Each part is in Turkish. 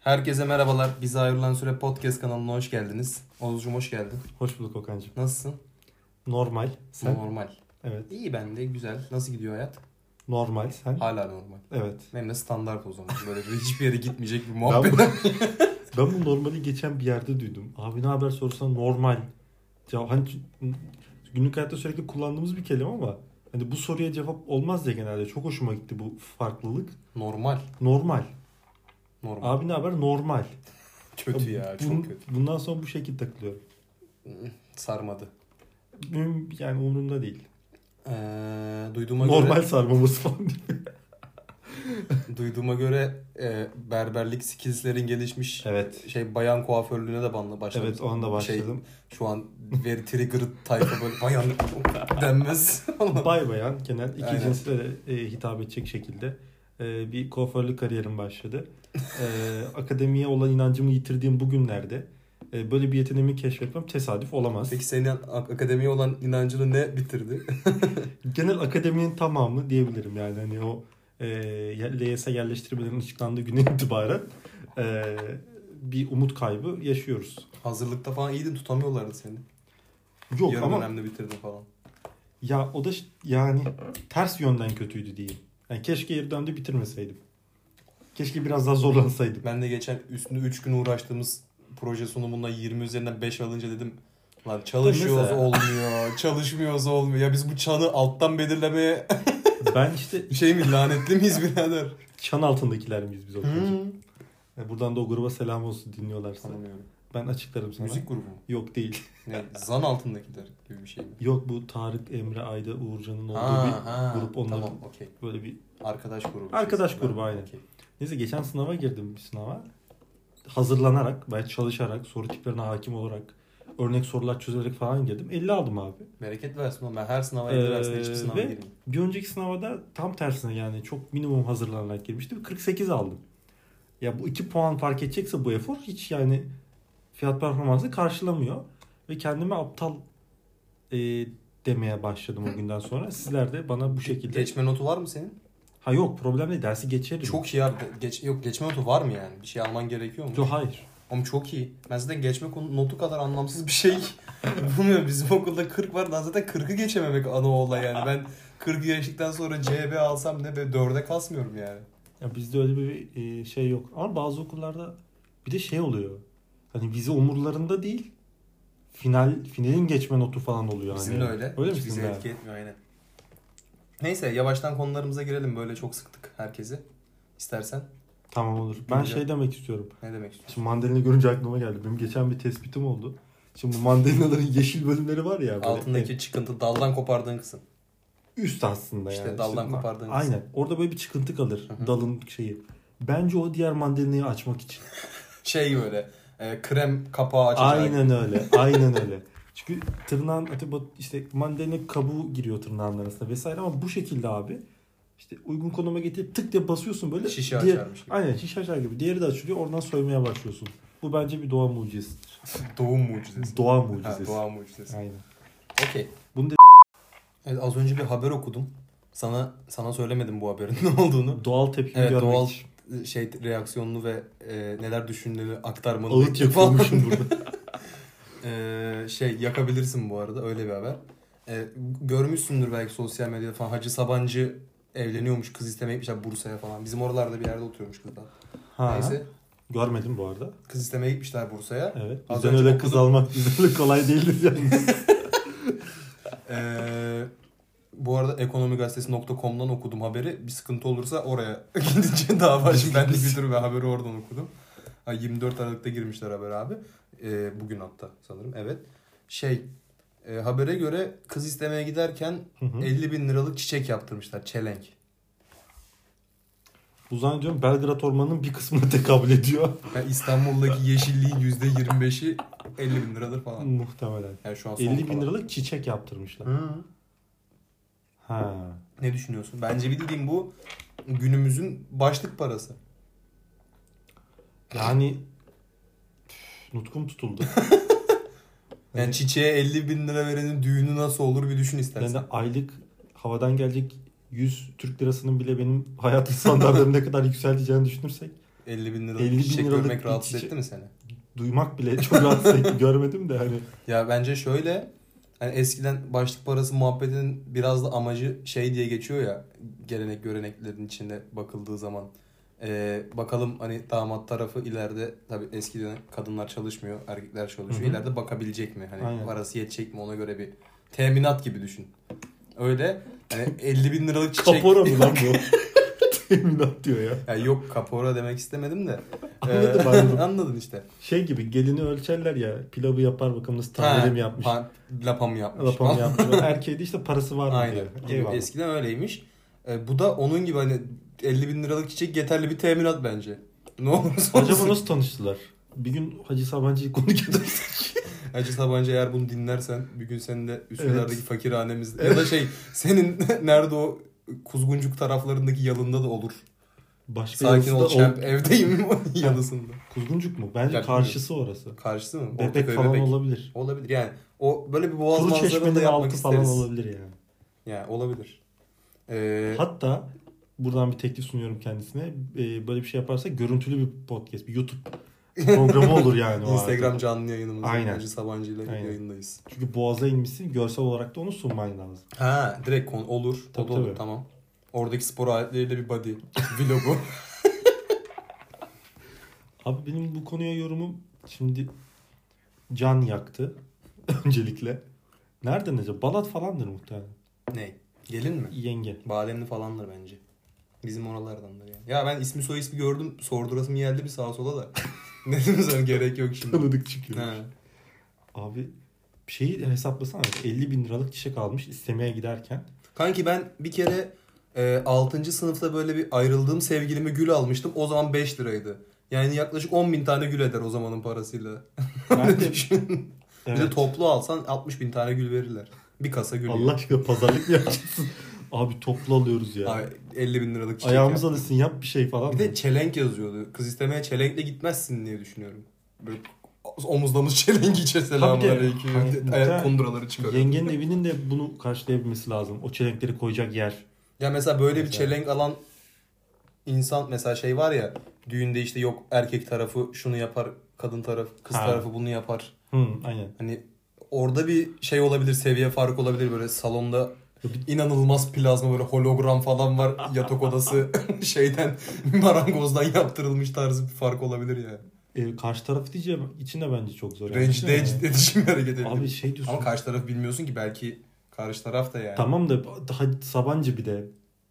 Herkese merhabalar. Bize ayrılan süre podcast kanalına hoş geldiniz. Oğuzcum hoş geldin. Hoş bulduk Okan'cığım. Nasılsın? Normal. Sen? Normal. Evet. İyi ben de güzel. Nasıl gidiyor hayat? Normal. Sen? Hala normal. Evet. Benim de standart o zaman. Böyle bir hiçbir yere gitmeyecek bir Ben muhabbet. bu, ben bu normali geçen bir yerde duydum. Abi ne haber sorsan normal. Ya hani ç- günlük hayatta sürekli kullandığımız bir kelime ama hani bu soruya cevap olmaz diye genelde. Çok hoşuma gitti bu farklılık. Normal. Normal. Normal. Abi ne haber? Normal. kötü ya. Bun- Çok kötü. Bundan sonra bu şekilde takılıyorum. Sarmadı. Benim yani umurumda değil. Ee, duyduğuma Normal göre, sarmamız falan. duyduğuma göre e, berberlik skillslerin gelişmiş evet. şey bayan kuaförlüğüne de banla başladı. Evet o anda Şey, başladım. şu an veri trigger tayfa böyle bayan denmez. Bay bayan genel iki Aynen. cinslere e, hitap edecek şekilde e, bir kuaförlük kariyerim başladı. E, akademiye olan inancımı yitirdiğim bugünlerde e, böyle bir yeteneğimi keşfetmem tesadüf olamaz. Peki senin ak- akademiye olan inancını ne bitirdi? Genel akademinin tamamı diyebilirim yani hani o e, LYS yerleştirmelerin açıklandığı güne itibaren e, bir umut kaybı yaşıyoruz. Hazırlıkta falan iyiydin tutamıyorlardı seni. Yok Yarım ama dönemde bitirdin falan. ya o da ş- yani ters yönden kötüydü diyeyim. Yani keşke yarı dönemde bitirmeseydim. Keşke biraz daha zorlansaydım. Ben de geçen üstünde 3 gün uğraştığımız proje sunumunda 20 üzerinden 5 alınca dedim lan çalışıyoruz Mesela- olmuyor, çalışmıyoruz olmuyor. Ya biz bu çanı alttan belirlemeye Ben işte şey mi lanetli miyiz birader? çan altındakiler miyiz biz Okan'cığım? Hmm. Yani Buradan da o gruba selam olsun dinliyorlarsa. Tanımıyorum. Ben açıklarım sana. Müzik grubu mu? Yok değil. Ne, zan altındakiler gibi bir şey mi? Yok bu Tarık, Emre, Ayda, Uğurcan'ın olduğu Ha, bir ha, grup onların. Tamam okey. Böyle bir... Arkadaş grubu. Arkadaş Şeysi, grubu, ben- aynen. okey. Neyse geçen sınava girdim bir sınava. Hazırlanarak, ben çalışarak, soru tiplerine hakim olarak, örnek sorular çözerek falan girdim. 50 aldım abi. Bereket versin oğlum. Ben her sınava Ee, elli versin. Hiçbir sınava ve- girmeyeyim. Bir önceki sınava da tam tersine yani çok minimum hazırlanarak girmiştim. 48 aldım. Ya bu 2 puan fark edecekse bu efor hiç yani fiyat performansı karşılamıyor. Ve kendime aptal e, demeye başladım o günden sonra. Sizler de bana bu şekilde... Geçme notu var mı senin? Ha yok problem değil dersi geçerim. Çok iyi abi. Geç, yok geçme notu var mı yani? Bir şey alman gerekiyor mu? Yo, hayır. Ama çok iyi. Ben zaten geçme konu- notu kadar anlamsız bir şey bulmuyorum. Bizim okulda 40 var. Ben zaten 40'ı geçememek ana olay yani. Ben 40'ı geçtikten sonra CB alsam ne be 4'e kasmıyorum yani. Ya bizde öyle bir e, şey yok. Ama bazı okullarda bir de şey oluyor. Hani vize umurlarında değil. Final finalin geçme notu falan oluyor. Bizim hani. de öyle. Öyle Hiç mi bizi sizin de? etki etmiyor aynen. Neyse yavaştan konularımıza girelim. Böyle çok sıktık herkesi. İstersen. Tamam olur. Ben Bilmiyorum. şey demek istiyorum. Ne demek istiyorsun? Şimdi mandalina görünce aklıma geldi. Benim geçen bir tespitim oldu. Şimdi bu mandalinaların yeşil bölümleri var ya. Böyle Altındaki çıkıntı daldan kopardığın kısım. en üst aslında İşte yani. daldan İşte- kopardığın Aynen. Orada böyle bir çıkıntı kalır. Hı hı. Dalın şeyi. Bence o diğer mandalinayı açmak için. Şey böyle e, krem kapağı açacak. Aynen öyle. Aynen öyle. Çünkü tırnağın öte bat- işte mandalina kabuğu giriyor tırnağın arasında vesaire ama bu şekilde abi işte uygun konuma getirip tık diye basıyorsun böyle. Şişe diğer- açarmış gibi. Aynen şişe açar gibi. Diğeri de açılıyor oradan soymaya başlıyorsun. Bu bence bir doğa mucizesidir. Doğum mucizesi. Doğa Ha, mucizesi. doğa mucizesi. Aynen. Okey. Bunu da Evet, az önce bir haber okudum. Sana sana söylemedim bu haberin ne olduğunu. doğal tepki Evet, görmek doğal için. Şey reaksiyonunu ve e, neler düşündüğünü aktarmanı Ağıt bekliyorum falan. yakıyormuşum burada. E, şey yakabilirsin bu arada öyle bir haber. E, görmüşsündür belki sosyal medyada falan Hacı Sabancı evleniyormuş kız istemeymiş Bursa'ya falan. Bizim oralarda bir yerde oturuyormuş kızlar. Ha, Neyse Görmedim bu arada. kız istemeye gitmişler Bursa'ya. Evet. Az Bizden önce öyle kız okudum. almak bizden öyle kolay değildir yani. Ee, bu arada ekonomigazetesi.com'dan okudum haberi. Bir sıkıntı olursa oraya gidince daha var. Şimdi ben de Twitter'ı ve haberi oradan okudum. Ha, 24 Aralık'ta girmişler haber abi. Ee, bugün hatta sanırım. Evet. Şey e, habere göre kız istemeye giderken Hı hı. 50 bin liralık çiçek yaptırmışlar. Çelenk. Bu zannediyorum Belgrad Ormanı'nın bir kısmına tekabül ediyor. Yani İstanbul'daki yeşilliğin %25'i 50 bin liradır falan. Muhtemelen. Yani şu an son 50 bin kalan. liralık çiçek yaptırmışlar. Hı. Ha. Ne düşünüyorsun? Bence bildiğim bu günümüzün başlık parası. Yani Üf, nutkum tutuldu. Yani çiçeğe 50 bin lira verenin düğünü nasıl olur bir düşün Yani istersen. aylık havadan gelecek 100 Türk lirasının bile benim hayatım standartlarım ne kadar yükselteceğini düşünürsek 50 bin liralık 50 bin çiçek liralık görmek bir rahatsız çiçek. etti mi seni? Duymak bile çok rahatsız etti. Görmedim de hani. Ya bence şöyle hani eskiden başlık parası muhabbetinin biraz da amacı şey diye geçiyor ya gelenek göreneklerin içinde bakıldığı zaman. Ee, bakalım hani damat tarafı ileride tabii eskiden kadınlar çalışmıyor erkekler çalışıyor. Hı hı. İleride bakabilecek mi? Hani Aynen. parası yetecek mi ona göre bir teminat gibi düşün. Öyle hani 50 bin liralık çiçek. Kapora mı lan bu? Teminat diyor ya. Ya yok kapora demek istemedim de. Anladım, anladım. anladın işte. Şey gibi gelini ölçerler ya. Pilavı yapar bakalım nasıl tanrı mı yapmış. Ha, lapam yapmış. Lapamı yapmış. Erkeği de işte parası var mı Aynen. diyor. Gibi. Eyvallah. Eskiden öyleymiş. E, bu da onun gibi hani 50 bin liralık çiçek yeterli bir teminat bence. Ne olursa olsun. Acaba nasıl tanıştılar? Bir gün Hacı Sabancı'yı konu getirsek. Hacı Sabancı eğer bunu dinlersen bir gün senin de Üsküdar'daki Evet. fakirhanemiz ya da şey senin nerede o kuzguncuk taraflarındaki yalında da olur. Başka Sakin yolcusu da ol ol- champ evdeyim yalısında. Kuzguncuk mu? Bence Ya, karşısı orası. Karşısı mı? Bebek Ortaköy falan Bebek. olabilir. Olabilir yani o böyle bir boğaz Kuru manzaralı da çeşmenin yapmak altı isteriz. falan olabilir yani. Yani olabilir. Ee, Hatta buradan bir teklif sunuyorum kendisine. Ee, böyle bir şey yaparsa görüntülü bir podcast, bir YouTube programı olur yani. o Instagram arada. canlı yayınımız. Aynen. Hacı Sabancı ile Aynen. yayındayız. Çünkü boğaza inmişsin görsel olarak da onu sunman lazım. Ha direkt kon olur. Tabii, o da olur tabii. tamam. Oradaki spor aletleriyle bir body vlogu. Abi benim bu konuya yorumum şimdi can yaktı öncelikle. Nereden acaba? Balat falandır muhtemelen. ne? Gelin mi? Yenge. Bademli falandır bence. Bizim oralardandır yani. Ya ben ismi soy ismi gördüm. Sordurasım geldi bir sağa sola da. Dedim sana gerek yok şimdi. Tanıdık çıkıyor. ha. Abi bir şeyi hesaplasana. 50 bin liralık çiçek almış istemeye giderken. Kanki ben bir kere e, 6. sınıfta böyle bir ayrıldığım sevgilime gül almıştım. O zaman 5 liraydı. Yani yaklaşık 10 bin tane gül eder o zamanın parasıyla. Ben de, Düşün. Bir de evet. toplu alsan 60 bin tane gül verirler. Bir kasa gül. Allah aşkına pazarlık mı yapacaksın? Abi toplu alıyoruz ya. Ay, 50 bin liralık çiçek Ayağımız alışsın yap bir şey falan. Bir de çelenk yazıyordu. Kız istemeye çelenkle gitmezsin diye düşünüyorum. Böyle omuzdanız çelenk içe selamünaleyküm. Tabii ki. Ayak konduraları çıkarıyor. Yengenin evinin de bunu karşılayabilmesi lazım. O çelenkleri koyacak yer. Ya mesela böyle bir Mesela. çelenk alan insan mesela şey var ya düğünde işte yok erkek tarafı şunu yapar, kadın tarafı, kız Ha. tarafı bunu yapar. Hı, aynen. Hani orada bir şey olabilir, seviye farkı olabilir böyle salonda inanılmaz plazma böyle hologram falan var yatak odası şeyden marangozdan yaptırılmış tarzı bir fark olabilir yani. Ee, karşı taraf diyeceğim için de bence çok zor. yani. Rencide Değil mi? edişim hareket edebilir. şey Abi şey diyorsun. Ama karşı taraf bilmiyorsun ki belki karşı taraf da yani. Tamam da daha Sabancı bir de.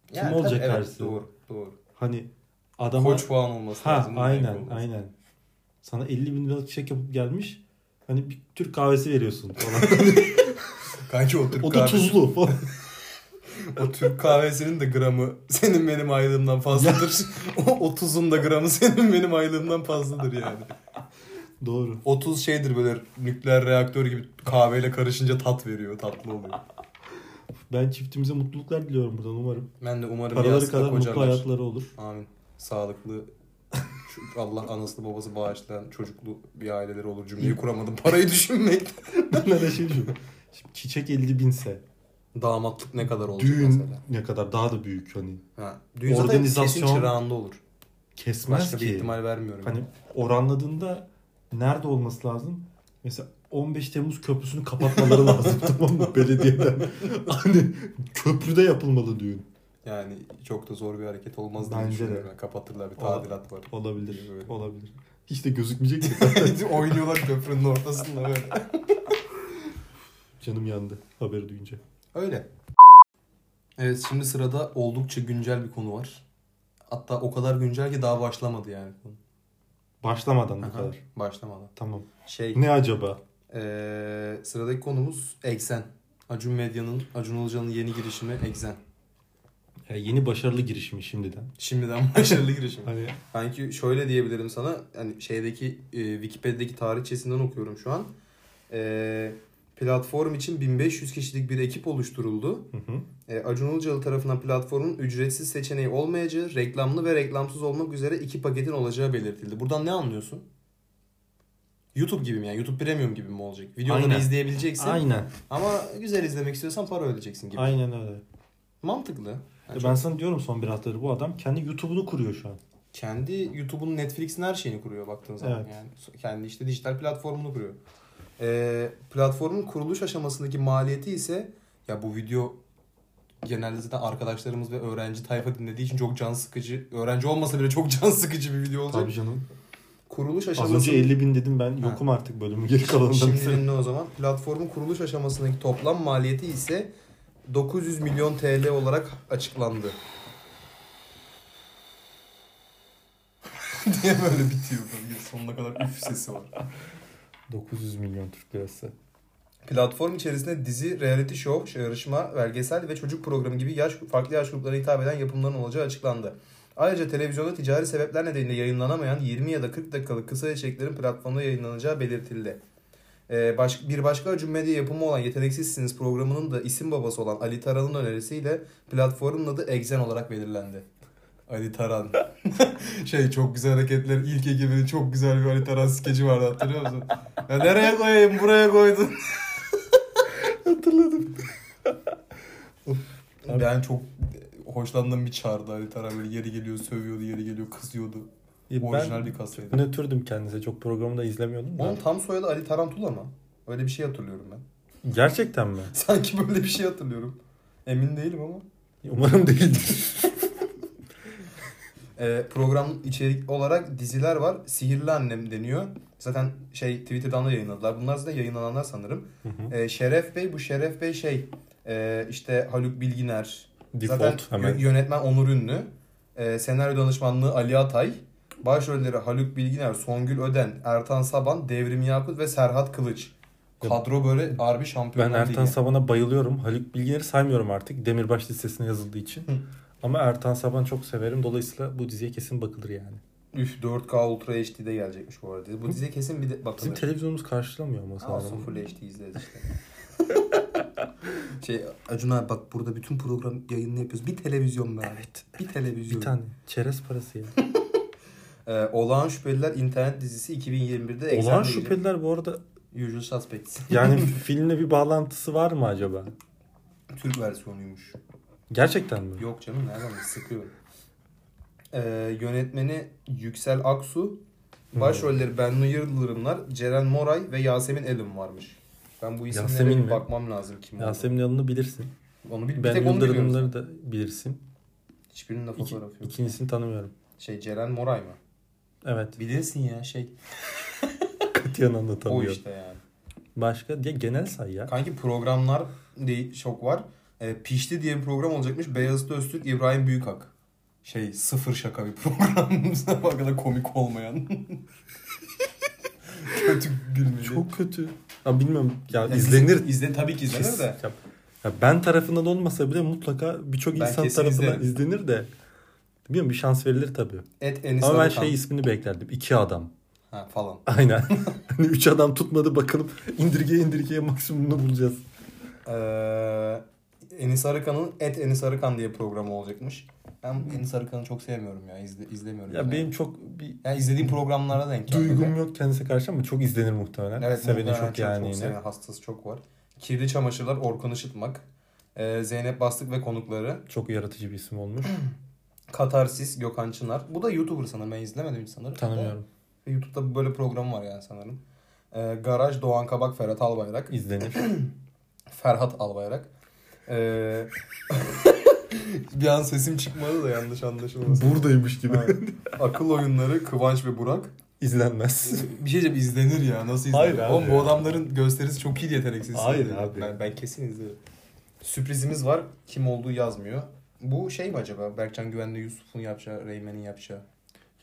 Kim Yani tabii, olacak evet, karşısı? Doğru doğru. Hani adama... Koç puan olması Ha lazım. aynen Olması. aynen. Sana 50 bin liralık çiçek yapıp gelmiş. Hani bir Türk kahvesi veriyorsun falan. Kanki o Türk, o da kahvesi, tuzlu falan. o Türk kahvesinin de gramı senin benim aylığımdan fazladır. o 30'un da gramı senin benim aylığımdan fazladır yani. Doğru. 30 şeydir böyle nükleer reaktör gibi kahveyle karışınca tat veriyor, tatlı oluyor. Ben çiftimize mutluluklar diliyorum buradan umarım. Ben de umarım Paraları yastıkta kadar mutlu kocarlar. hayatları olur. Amin. Sağlıklı şu- Allah anasını babası bağışlayan çocuklu bir aileleri olur cümleyi kuramadım. Parayı düşünmek. Bunlar da şey düşünüyorum. Şimdi çiçek 50 binse Damatlık ne kadar olacak düğün mesela? ne kadar daha da büyük hani Ha, düğün Organizasyon... zaten Organizasyon- kesin çırağında olur. kesmez Başka ki. bir ihtimal vermiyorum. Hani oranladığında nerede olması lazım? Mesela 15 Temmuz köprüsünü kapatmaları lazım tamam mı belediyeden? Hani köprüde yapılmalı düğün. Yani çok da zor bir hareket olmaz diye Bence de. düşünüyorum. ben. Kapatırlar bir tadilat var. Olabilir. Evet. Olabilir. Hiç de gözükmeyecek ki zaten. Oynuyorlar köprünün ortasında böyle. Canım yandı haberi duyunca. Öyle. Evet şimdi sırada oldukça güncel bir konu var. Hatta o kadar güncel ki daha başlamadı yani. Başlamadan bu Aha, kadar. Başlamadı. Tamam. Şey Ne acaba? Ee, sıradaki konumuz Exen. Acun Medya'nın, Acun Ilıcalı'nın yeni girişimi Exen. Ya yeni başarılı girişimi şimdiden. Şimdiden başarılı girişim. Hani Sanki şöyle diyebilirim sana. Hani şeydeki e, Wikipedia'daki tarihçesinden okuyorum şu an. Ee, platform için 1500 kişilik bir ekip oluşturuldu. hı hı. E, Acun Ilıcalı tarafından platformun ücretsiz seçeneği olmayacağı, reklamlı ve reklamsız olmak üzere iki paketin olacağı belirtildi. Buradan ne anlıyorsun? YouTube gibi mi yani? YouTube Premium gibi mi olacak? Videoları Aynen. izleyebileceksin. Aynen. Ama güzel izlemek istiyorsan para ödeyeceksin gibi. Aynen öyle. Mantıklı. Yani ben sana diyorum son bir haftadır bu adam kendi YouTube'unu kuruyor şu an. çok- kendi YouTube'un Netflix'in her şeyini kuruyor baktığın zaman Evet. yani. Kendi işte dijital platformunu kuruyor. Ee, platformun kuruluş aşamasındaki maliyeti ise ya bu video genelde zaten arkadaşlarımız ve öğrenci tayfa dinlediği için çok can sıkıcı. Öğrenci olmasa bile çok can sıkıcı bir video olacak. Tabii canım. Kuruluş Az aşaması önce 50 bin dedim ben yokum artık bölümün geri kalanında. Şimdi dinle o zaman. Platformun kuruluş aşamasındaki toplam maliyeti ise 900 milyon TL olarak açıklandı. diye böyle bitiyor. Böyle sonuna kadar üf sesi var. 900 milyon Türk lirası. Platform içerisinde dizi, reality show, yarışma, belgesel ve çocuk programı gibi yaş farklı yaş gruplarına hitap eden yapımların olacağı açıklandı. Ayrıca televizyonda ticari sebepler nedeniyle yayınlanamayan 20 ya da 40 dakikalık kısa içeriklerin platformda yayınlanacağı belirtildi. Ee, baş- bir başka Acun Medya yapımı olan Yeteneksizsiniz programının da isim babası olan Ali Taran'ın önerisiyle platformun adı Exen olarak belirlendi. Ali Taran. şey çok güzel hareketler ilk ekibinin çok güzel bir Ali Taran skeci vardı hatırlıyor musun? Ya nereye koyayım buraya koydun. Hatırladım. Abi- Ben çok hoşlandığım bir çağrıdı Ali Taran böyle yeri geliyor sövüyordu, yeri geliyor kızıyordu. Orijinal bir kasaydı. E, ben nötrdüm kendisi. Çok programı da izlemiyordum. da. Onun tam soyadı Ali Tarantula mı? Öyle bir şey hatırlıyorum ben. Gerçekten mi? Sanki böyle bir şey hatırlıyorum. Emin değilim ama. Umarım değildir. Ee, program içerik olarak diziler var. Sihirli Annem deniyor. Zaten şey Twitter'dan da yayınladılar. Bunlar zaten yayınlananlar sanırım. Hı hı. Ee, Şeref Bey bu Şeref Bey şey e, işte Haluk Bilginer, Default Zaten hemen. yö- yönetmen Onur Ünlü. Ee, senaryo danışmanlığı Ali Atay. Başrolleri Haluk Bilginer, Songül Öden, Ertan Saban, Devrim Yakut ve Serhat Kılıç. Ya- Kadro böyle harbi şampiyon. Ben Ertan Saban'a bayılıyorum. Haluk Bilginer'i saymıyorum artık. Demirbaş listesine yazıldığı için. Hı. Ama Ertan Saban çok severim. Dolayısıyla bu diziye kesin bakılır yani. Üf 4K Ultra HD'de gelecekmiş bu arada. Bu dizi kesin bir de Bizim bakılır. televizyonumuz karşılamıyor ama Olsun sanırım. Full HD izleriz işte. şey Acun abi bak burada bütün program yayınını yapıyoruz. Bir televizyon var. Evet. Bir televizyon. Bir tane. Çerez parası ya. Ee, Olağan Şüpheliler internet dizisi 2021'de Olağan Exxen'de gelecek. şüpheliler bu arada Usual Suspects. yani filmle bir bağlantısı var mı acaba? Türk versiyonuymuş. Gerçekten mi? Yok canım nereden bileyim, sıkıyorum. Ee, yönetmeni Yüksel Aksu. Hmm. Başrolleri Bennu Yıldırımlar, Ceren Moray ve Yasemin Elin varmış. Ben bu isimlere Yasemin bir mi? bakmam lazım kim Yasemin. Yasemin Yalın'ı bilirsin. Onu bir, bir Ben tek onu biliyorum. Yıldırımları da bilirsin. Hiçbirinin de İki, fotoğrafı yok. ikincisini tanımıyorum. Şey Ceren Moray mı? Evet. Bilirsin ya şey. Katiyen O anlatamıyorum. işte yani. Başka diye genel say ya. Kanki programlar değil, çok var. Ee, Pişti diye bir program olacakmış. Beyazıt Öztürk, İbrahim Büyükak. Şey sıfır şaka bir program. Sabah kadar komik olmayan. Kötü gülmeli. Çok kötü. Ya bilmiyorum ya Yani izlenir. İzlen tabii ki izlenir Kesin. de. Ya- ya ben tarafından olmasa bile mutlaka birçok Ben insan kesin tarafından izlerim. izlenir de. Bilmiyorum bir şans verilir tabii. Et Enis Ama ben Arıkan. şey ismini beklerdim. İki adam. Ha, falan. Aynen. hani üç adam tutmadı bakalım indirge indirgeye maksimumunu bulacağız. Ee, Enis Arıkan'ın Et Enis Arıkan diye programı olacakmış. Ben Enis Arıkan'ı çok sevmiyorum ya. izle- izlemiyorum. Ya yani. benim çok bir yani izlediğim programlara denk geldi. duygum yok kendisi karşı ama çok izlenir muhtemelen. Evet, Seveni muhtemelen çok yani çok yine. seven, hastası çok var. Kirli Çamaşırlar Orkun Işıtmak. Ee, Zeynep Bastık ve konukları. Çok yaratıcı bir isim olmuş. Katarsis Gökhan Çınar. Bu da YouTuber sanırım. Ben izlemedim hiç sanırım. Tanımıyorum. Ve YouTube'da böyle program var yani sanırım. Ee, Garaj Doğan Kabak Ferhat Albayrak. İzlenir. Ferhat Albayrak. Ee, bir an sesim çıkmadı da yanlış anlaşılmasın. Buradaymış gibi. Evet. Akıl oyunları Kıvanç ve Burak. İzlenmez. Bir şey diyeceğim izlenir ya. Nasıl izlenir? Hayır abi Oğlum bu ya. adamların gösterisi çok iyi yeteneksiz. Hayır Yani abi. Ben, ben kesin izlerim. Sürprizimiz var. Kim olduğu yazmıyor. Bu şey mi acaba? Berkcan Güven'le Yusuf'un yapacağı, Reymen'in yapacağı.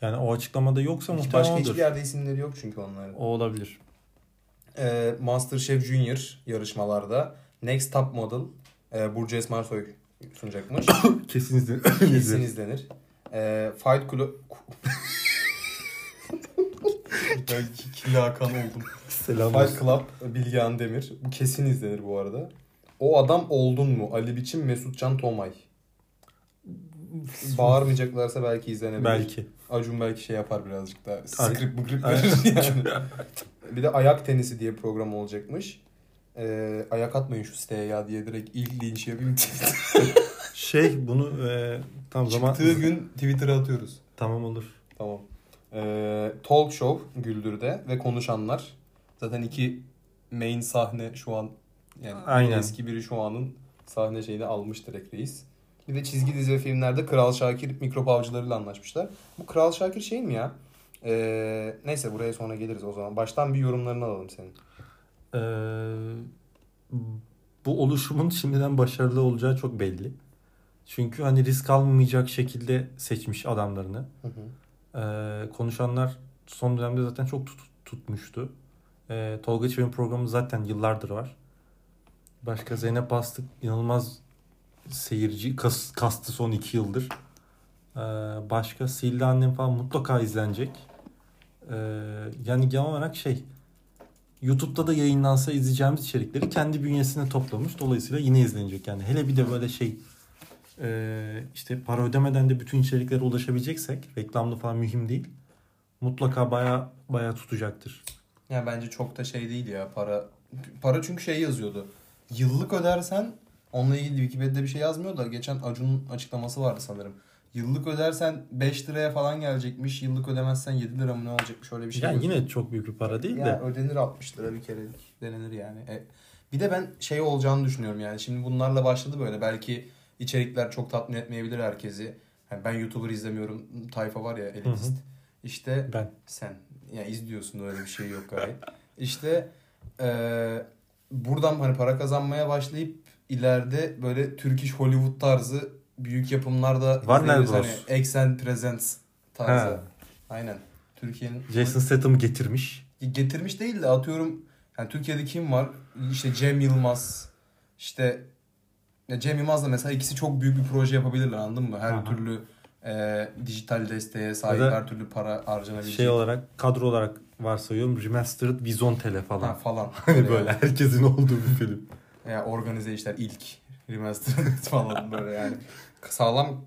Yani o açıklamada yoksa Hiç muhtemelen başka odur. hiçbir yerde isimleri yok çünkü onların. O olabilir. Ee, Masterchef Junior yarışmalarda Next Top Model e, Burcu Esmer Soy sunacakmış. Kesin izlenir. kesin izlenir. Ee, Fight Club... ben ikili Hakan oldum. Selam Fight olsun. Club Bilgehan Demir. Bu kesin izlenir bu arada. O adam oldun mu? Ali Biçim, Mesutcan Tomay. Bağırmayacaklarsa belki izlenebilir. Belki. Acun belki şey yapar birazcık daha. Ay- Sıkırıp bıkırıp Ay- verir yani. bir de ayak tenisi diye program olacakmış. Ee, ayak atmayın şu siteye ya diye direkt ilk linç yapayım. Şey bunu e, tam zaman Çıktığı gün Twitter'a atıyoruz. tamam olur. Tamam. Ee, talk show Güldür'de ve konuşanlar. Zaten iki main sahne şu an yani Aynen. eski biri şu anın sahne şeyini almış direkt reis. Bir de çizgi dizi ve filmlerde Kral Şakir mikrop avcılarıyla anlaşmışlar. Bu Kral Şakir şey mi ya? Ee, neyse buraya sonra geliriz o zaman. Baştan bir yorumlarını alalım senin. Ee, bu oluşumun şimdiden başarılı olacağı çok belli. Çünkü hani risk almayacak şekilde seçmiş adamlarını. Hı hı. Ee, konuşanlar son dönemde zaten çok tut- tutmuştu. Ee, Tolga Çevik'in programı zaten yıllardır var. Başka Zeynep Bastık inanılmaz seyirci kas- kastı son iki yıldır. Ee, başka Sihirli Annem falan mutlaka izlenecek. Ee, yani genel olarak şey YouTube'da da yayınlansa izleyeceğimiz içerikleri kendi bünyesine toplamış. Dolayısıyla yine izlenecek yani. Hele bir de böyle şey e, işte para ödemeden de bütün içeriklere ulaşabileceksek reklamlı falan mühim değil. Mutlaka baya baya tutacaktır. Ya bence çok da şey değil ya para. Para çünkü şey yazıyordu. Yıllık ödersen onunla ilgili Wikipedia'da bir şey yazmıyor da geçen Acun'un açıklaması vardı sanırım. Yıllık ödersen 5 liraya falan gelecekmiş. Yıllık ödemezsen 7 lira mı ne olacakmış öyle bir şey. yani yazıyor. yine çok büyük bir para değil Ya de. ödenir 60 lira bir kerelik denenir yani. E, bir de ben şey olacağını düşünüyorum yani. Şimdi bunlarla başladı böyle. Belki içerikler çok tatmin etmeyebilir herkesi. Yani ben YouTuber izlemiyorum. Tayfa var ya elitist. İşte Ben. sen ya izliyorsun öyle bir şey yok gayet. işte eee, buradan hani para kazanmaya başlayıp ileride böyle Turkish Hollywood tarzı büyük yapımlarda Warner izlediğimiz Bros. Hani Exxon Presents tarzı. Ha. Aynen. Türkiye'nin Jason Statham getirmiş. getirmiş değil de atıyorum yani Türkiye'de kim var? İşte Cem Yılmaz. işte ya Cem Yılmaz'la mesela ikisi çok büyük bir proje yapabilirler anladın mı? Her Aha. türlü eee, dijital desteğe sahip Ya da her türlü para harcanabilecek. Şey olarak kadro olarak varsayıyorum Remastered Bizontele Ha, falan. falan. Hani böyle herkesin olduğu bir film. Yani organize işler ilk remastered falan böyle yani. Sağlam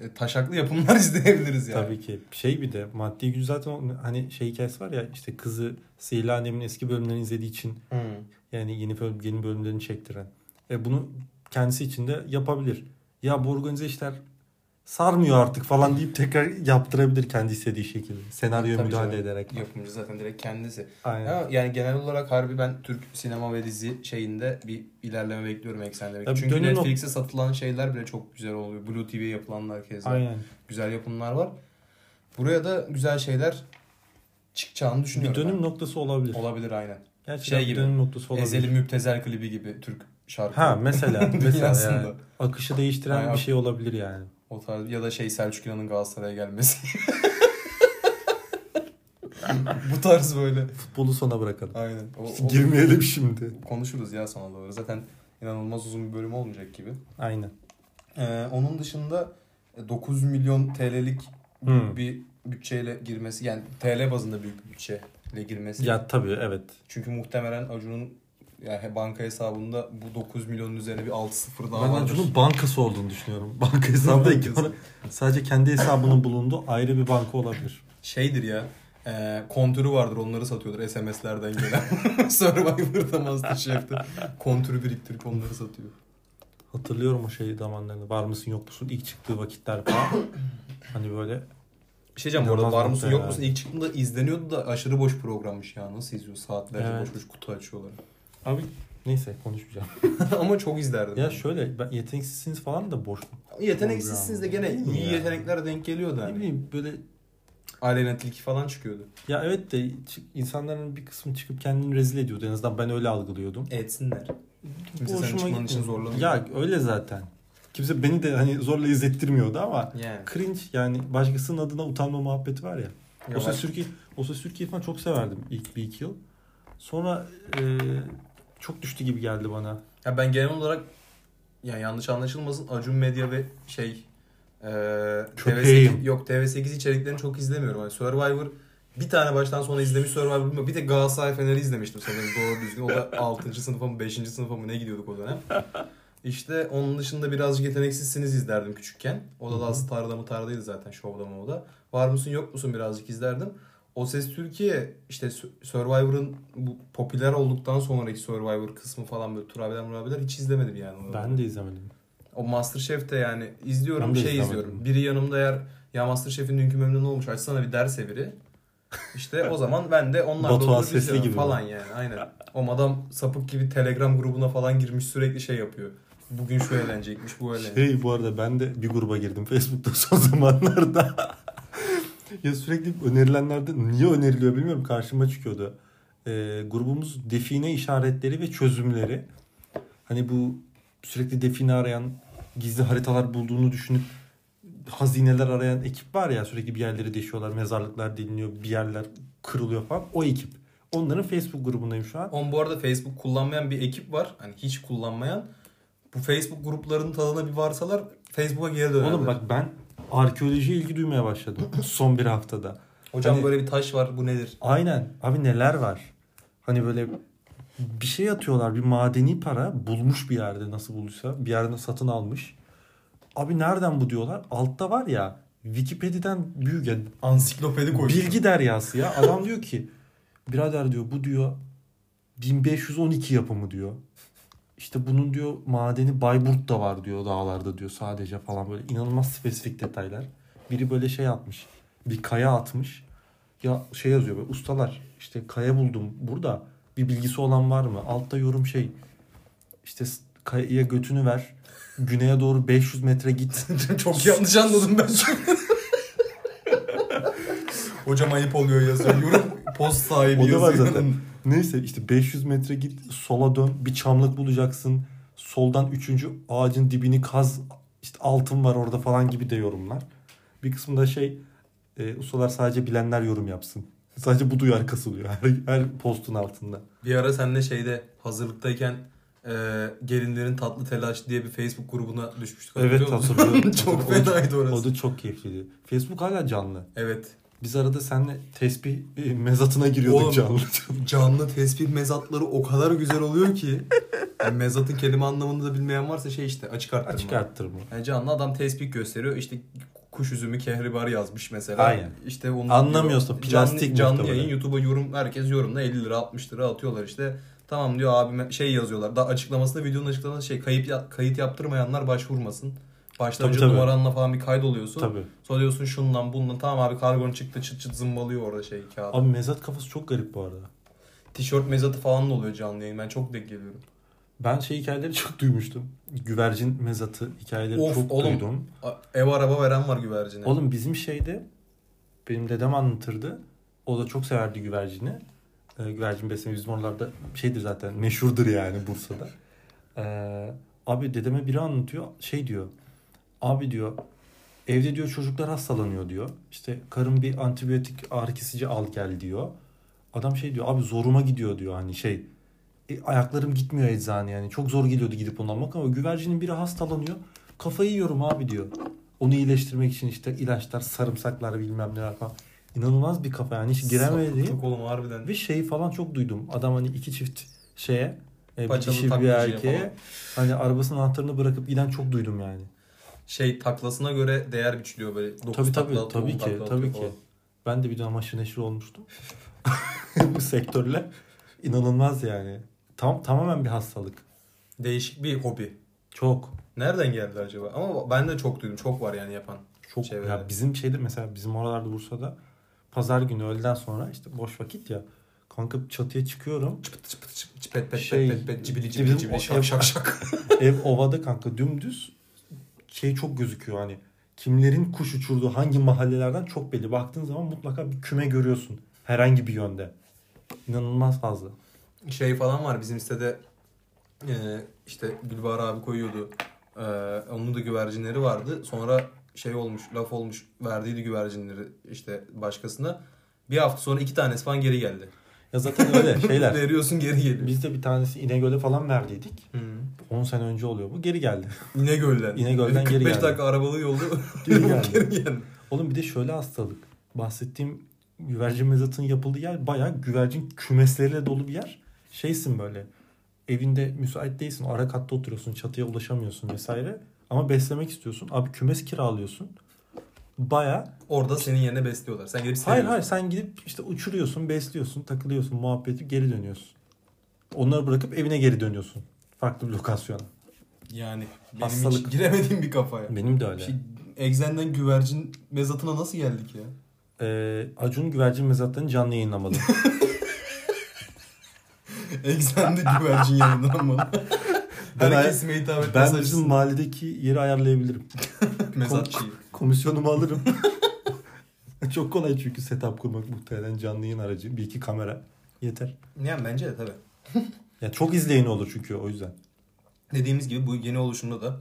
e, taşaklı yapımlar izleyebiliriz yani. Tabii ki. Şey bir de maddi gücü zaten onun- hani şey hikayesi var ya işte kızı Sihirli Annem'in eski bölümlerini izlediği için Hı. Yani yeni böl- yeni bölümlerini çektiren. E bunu kendisi için de yapabilir. Ya bu organize işler sarmıyor artık falan deyip tekrar yaptırabilir kendi istediği şekilde. Senaryoya Tabii müdahale canım. ederek. Yapımcı zaten direkt kendisi. Aynen. Ama yani genel olarak harbi ben Türk sinema ve dizi şeyinde bir ilerleme bekliyorum eksende. Tabii Çünkü dönüm nok- Netflix'e satılan şeyler bile çok güzel oluyor. Blue TV'ye yapılanlar keza. Aynen. Güzel yapımlar var. Buraya da güzel şeyler çıkacağını Bir düşünüyorum. dönüm noktası olabilir. ben. Olabilir aynen. Gerçekten Şey bir gibi, dönüm noktası olabilir. Ezeli Müptezel klibi gibi Türk şarkı. Ha mesela mesela Dünyasında. yani akışı değiştiren Aynen. bir şey olabilir yani. O tarz ya da şey Selçuk İnan'ın Galatasaray'a gelmesi. Bu tarz böyle. Futbolu sona bırakalım. Aynen. O, o- Girmeyelim şimdi. konuşuruz ya sana doğru. Zaten inanılmaz uzun bir bölüm olmayacak gibi. Aynen. Ee, onun dışında e, 9 milyon TL'lik Hmm. bir bütçeyle girmesi yani TL bazında büyük bir bütçeyle girmesi. Ya tabii evet. Çünkü muhtemelen Acun'un yani banka hesabında bu 9 milyonun üzerine bir 6 sıfır daha ben vardır. Acun'un bankası olduğunu düşünüyorum. Banka hesabı Bankası. iki para- Sadece kendi hesabının bulunduğu ayrı bir banka olabilir. şeydir ya e, kontürü vardır onları satıyordur SMS'lerden gelen. Survivor'da Master Chef'te kontürü biriktirip onları satıyor. Hatırlıyorum o şey zamanlarını. Var mısın yok musun ilk çıktığı vakitler falan. hani böyle Bir şey diyeceğim bu arada İnanılmaz var mısın nokta yok ya. musun ilk çıktığında izleniyordu da aşırı boş programmış ya nasıl izliyor saatlerce Evet. boş boş kutu açıyorlar. abi neyse konuşmayacağım. Ama çok izlerdim. ya şöyle ben yeteneksizsiniz falan da boş. Yeteneksizsiniz de gene Program. iyi Ya. yeteneklere denk geliyordu Ne hani. bileyim böyle Aleyna Tilki falan çıkıyordu. ya evet de çık- insanların bir kısmı çıkıp kendini rezil ediyordu. En azından ben öyle algılıyordum. Etsinler. Kimse Bu senin çıkman için gitmiyor. zorlamıyor. Ya öyle zaten. Kimse beni de hani zorla izlettirmiyordu ama Yani. cringe yani başkasının adına utanma muhabbeti var ya. Ya O ses bak, Türkiye, o ses Türkiye falan çok severdim ilk bir iki yıl. Sonra e, çok düştü gibi geldi bana. ya ben genel olarak yani yanlış anlaşılmasın Acun Medya ve şey e, TV8, Köpeğim. yok TV8 içeriklerini çok izlemiyorum. Hani Survivor bir tane baştan sona izlemiş Survivor bilmiyorum. Bir de Galatasaray Fener'i izlemiştim sanırım doğru düzgün. O da 6. sınıfa mı 5. sınıfa mı ne gidiyorduk o dönem. İşte onun dışında birazcık yeteneksizsiniz izlerdim küçükken. O da daha starda mı tardaydı zaten şovda mı o da. Var mısın yok musun birazcık izlerdim. O Ses Türkiye işte Sur- Survivor'ın bu popüler olduktan sonraki Survivor kısmı falan böyle turabiler murabiler hiç izlemedim yani. onu. Ben de izlemedim. O Masterchef'te yani izliyorum Ben de şey izlemedim. izliyorum. Biri yanımda eğer Ya Masterchef'in dünkü memnun olmuş açsana bir ders eviri. İşte o zaman ben de onlar Batuhan olur Sesli izliyorum gibi falan yani aynen. O madam sapık gibi Telegram grubuna falan girmiş sürekli şey yapıyor. Bugün şu eğlenecekmiş bu eğlenecek. Şey bu arada ben de bir gruba girdim Facebook'ta son zamanlarda. ya sürekli önerilenlerde niye öneriliyor bilmiyorum karşıma çıkıyordu. Ee, grubumuz define işaretleri ve çözümleri. Hani bu sürekli define arayan, gizli haritalar bulduğunu düşünüp hazineler arayan ekip var ya sürekli bir yerleri deşiyorlar, mezarlıklar deliniyor, bir yerler kırılıyor falan. O ekip. Onların Facebook grubundayım şu an. On bu arada Facebook kullanmayan bir ekip var. Hani hiç kullanmayan. Bu Facebook gruplarının tadına bir varsalar Facebook'a geri dönerler. Oğlum bak ben arkeolojiye ilgi duymaya başladım son bir haftada. Hocam hani- böyle bir taş var bu nedir? Aynen. Abi neler var? Hani böyle bir şey atıyorlar. Bir madeni para bulmuş bir yerde nasıl bulduysa. Bir yerden satın almış. Abi nereden bu diyorlar? Altta var ya Wikipedia'dan büyük ya Ansiklopedi koymuş. bilgi deryası ya. Adam diyor ki birader diyor bu diyor 1512 yapımı diyor. İşte bunun diyor madeni Bayburt'ta var diyor dağlarda diyor sadece falan böyle inanılmaz spesifik detaylar. Biri böyle şey atmış. Bir kaya atmış. Ya şey yazıyor böyle ustalar işte kaya buldum burada bir bilgisi olan var mı? Altta yorum şey işte s- kayaya götünü ver. Güneye doğru 500 metre git. Çok yanlış anladım ben. Hocam ayıp oluyor yazıyor. Yorum post sahibi O da var yazıyor. zaten. Neyse işte 500 metre git sola dön bir çamlık bulacaksın. Soldan üçüncü ağacın dibini kaz işte altın var orada falan gibi de yorumlar. Bir kısmında şey e, ustalar sadece bilenler yorum yapsın. Sadece bu duyar kasılıyor her, her postun altında. Bir ara senle şeyde hazırlıktayken e, gelinlerin tatlı telaş diye bir Facebook grubuna düşmüştük. hatırlıyor Evet musun? hatırlıyorum. Çok O da- fenaydı orası. O da çok keyifliydi. Facebook hala canlı. Evet. Biz arada seninle tesbih e, mezatına giriyorduk Oğlum. canlı. Canlı tespih mezatları o kadar güzel oluyor ki. Yani mezatın kelime anlamını da bilmeyen varsa şey işte açık arttırma. Açık arttırma. Yani canlı adam tespih gösteriyor. İşte kuş üzümü kehribar yazmış mesela. Aynen. İşte onu Anlamıyorsa diyor. plastik canlı, canlı muhtemelen. yayın YouTube'a yorum herkes yorumla 50 lira 60 lira atıyorlar işte. Tamam diyor abime şey yazıyorlar. Daha açıklamasında videonun açıklaması şey kayıp ya- kayıt yaptırmayanlar başvurmasın. Başta Tabii, önce tabii. numaranla falan bir kaydoluyorsun. Tabii. Sonra diyorsun şundan bundan tamam abi kargon çıktı çıt çıt zımbalıyor orada şey kağıt. Abi mezat kafası çok garip bu arada. Tişört mezatı falan da oluyor canlı yayın. Ben çok denk geliyorum. Ben şey hikayeleri çok duymuştum. Güvercin mezatı hikayeleri Of, çok oğlum. duydum. A- Ev araba veren var güvercine. Oğlum bizim şeyde benim dedem anlatırdı. O da çok severdi güvercini. Ee, güvercin besleme bizim oralarda şeydir zaten meşhurdur yani Bursa'da. Ee, abi dedeme biri anlatıyor şey diyor. Abi diyor evde diyor çocuklar hastalanıyor diyor. İşte karım bir antibiyotik ağrı kesici al gel diyor. Adam şey diyor abi zoruma gidiyor diyor hani şey. E, ayaklarım gitmiyor eczane yani. Çok zor geliyordu gidip onu almak ama güvercinin biri hastalanıyor. Kafayı yiyorum abi diyor. Onu iyileştirmek için işte ilaçlar, sarımsaklar bilmem neler falan. İnanılmaz bir kafa yani hiç giremediğim. Sapıklık oğlum harbiden. Ve şeyi falan çok duydum. Adam hani iki çift şeye e, bir Paçalı dişi bir taklacıya erkeğe falan. hani arabasının anahtarını bırakıp giden çok duydum yani. Şey taklasına göre değer biçiliyor böyle. Dokuz Tabii tabii takla atıyor, on tabii ki takla tabii atıyor ki. falan. Ben de bir dönem haşır neşir olmuştum. Bu sektörle inanılmaz yani. Tam tamamen bir hastalık. Değişik bir hobi. Çok Nereden geldi acaba? Ama ben de çok duydum. Çok var yani yapan. çok Çevrede. ya bizim şeyde mesela bizim oralarda Bursa'da pazar günü öğleden sonra işte boş vakit ya kanka çatıya çıkıyorum. Çıpıt çıpıt çıpıt çıpet pet Şey, pet pet pet cibili bizim cibili o- cibili şak şak şak. Ev ovada kanka dümdüz şey çok gözüküyor hani kimlerin kuş uçurduğu hangi mahallelerden çok belli. Baktığın zaman mutlaka bir küme görüyorsun herhangi bir yönde. İnanılmaz fazla. şey falan var bizim sitede e, işte Gülbahar abi koyuyordu. E, onun da güvercinleri vardı. Sonra şey olmuş, laf olmuş. Verdiydi güvercinleri işte başkasına. Bir hafta sonra iki tanesi falan geri geldi. Ya zaten öyle şeyler. Veriyorsun geri geliyor. Biz de bir tanesi İnegöl'e falan verdiydik. Hı. 10 sene önce oluyor bu. Geri geldi. İnegöl'den. İnegöl'den geri 45 geldi. dakika arabalı yolda Geri geldi. geri geldi. Oğlum bir de şöyle hastalık. Bahsettiğim güvercin mezatının yapıldığı yer bayağı güvercin kümesleriyle dolu bir yer. Şeysin böyle. Evinde müsait değilsin. Ara katta oturuyorsun. Çatıya ulaşamıyorsun vesaire. Ama beslemek istiyorsun. Abi kümes kiralıyorsun. Baya. Orada senin yerine besliyorlar. Sen gelip Hayır seviyorsun. hayır sen gidip işte uçuruyorsun, besliyorsun, takılıyorsun, muhabbeti geri dönüyorsun. Onları bırakıp evine geri dönüyorsun. Farklı bir lokasyona. Yani benim Hastalık. hiç giremediğim bir kafaya. Benim de Bir öyle. şey Egzenden güvercin mezatına nasıl geldik ya? Ee, Acun güvercin mezatlarını canlı yayınlamadı. Egzende güvercin yanında ama. Ben- Herkesime hitap etmesi ben bizim açısından. mahalledeki yeri ayarlayabilirim. Mezatçıyı. Komisyonumu alırım. Çok kolay çünkü setup kurmak muhtemelen canlı yayın aracı. Bir iki kamera yeter. Yani bence de tabii. Ya çok izleyeni olur çünkü o yüzden. Dediğimiz gibi bu yeni oluşumda da